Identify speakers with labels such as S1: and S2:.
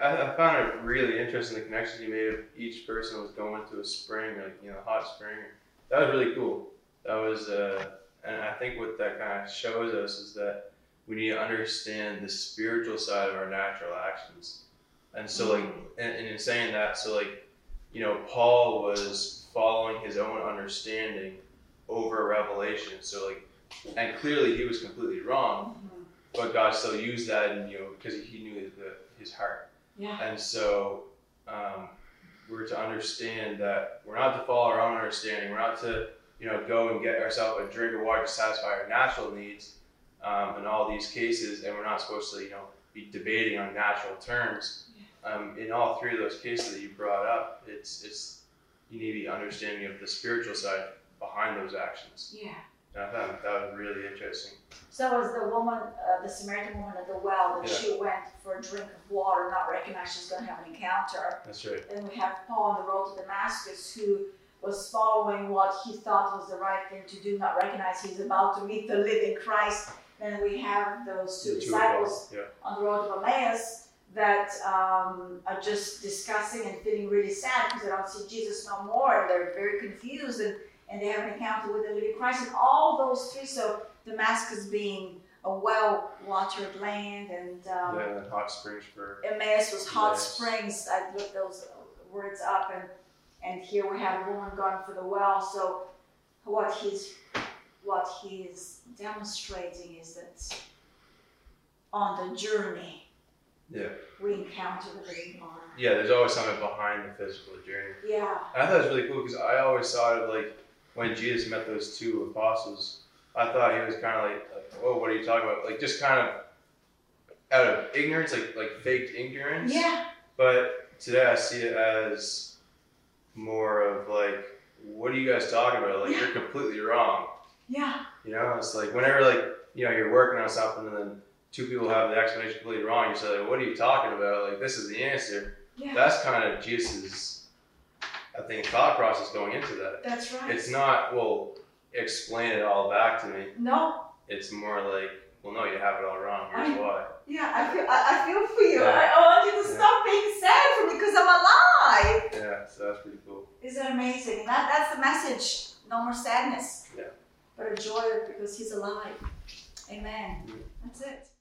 S1: I, I found it really interesting the connections you made of each person was going to a spring, like you know, hot spring. That was really cool. That was, uh, and I think what that kind of shows us is that we need to understand the spiritual side of our natural actions. And so, like, and, and in saying that, so like, you know, Paul was following his own understanding over revelation. So like, and clearly he was completely wrong but God still used that, and you know, because He knew the, His heart.
S2: Yeah.
S1: And so, um, we're to understand that we're not to follow our own understanding. We're not to, you know, go and get ourselves a drink of water to satisfy our natural needs um, in all these cases, and we're not supposed to, you know, be debating on natural terms. Um, in all three of those cases that you brought up, it's it's you need the understanding of the spiritual side behind those actions.
S2: Yeah.
S1: And I thought that was really interesting.
S3: So was the woman, uh, the Samaritan woman at the well, that
S1: Yeah.
S3: she went for a drink of water, not recognizing she's going to have an encounter.
S1: That's right.
S3: And we have Paul on the road to Damascus who was following what he thought was the right thing to do, not recognize he's about to meet the living Christ. Then we have those two
S1: The two of
S3: disciples
S1: us. Yeah.
S3: on the road to Emmaus that um, are just discussing and feeling really sad because they don't see Jesus no more and they're very confused and, and they have an encounter with the living Christ and all those three. So Damascus being a well watered land and um,
S1: Yeah, and hot springs for
S3: Emmaus was hot
S1: Yes.
S3: springs. I looked those words up, and and here we have a woman gone for the well. So what he's what he is demonstrating is that on the journey,
S1: Yeah.
S3: we encounter the living water.
S1: yeah. There's always something behind the physical journey.
S3: Yeah,
S1: And I thought it was really cool because I always thought of like when Jesus met those two apostles, I thought he was kind of like, like, oh, what are you talking about? Like just kind of out of ignorance, like like faked ignorance.
S3: yeah,
S1: But today I see it as more of like, what are you guys talking about? Like you're completely wrong.
S3: yeah,
S1: You know, it's like whenever like you know you're working on something and then two people have the explanation completely wrong, you say like, what are you talking about? Like this is the answer.
S3: yeah.
S1: that's kind of Jesus, I think, thought process going into that.
S3: That's right.
S1: It's not, well, explain it all back to me.
S3: No,
S1: It's more like, well, no, you have it all wrong. Here's why.
S3: yeah, I feel I, I feel for you.
S1: Yeah.
S3: I, I want you to
S1: Yeah.
S3: stop being sad for me because I'm alive.
S1: Yeah, so that's pretty cool.
S3: Isn't it amazing? That, that's the message. No more sadness.
S1: Yeah.
S3: But a joy because he's alive. Amen.
S1: Yeah.
S3: That's it.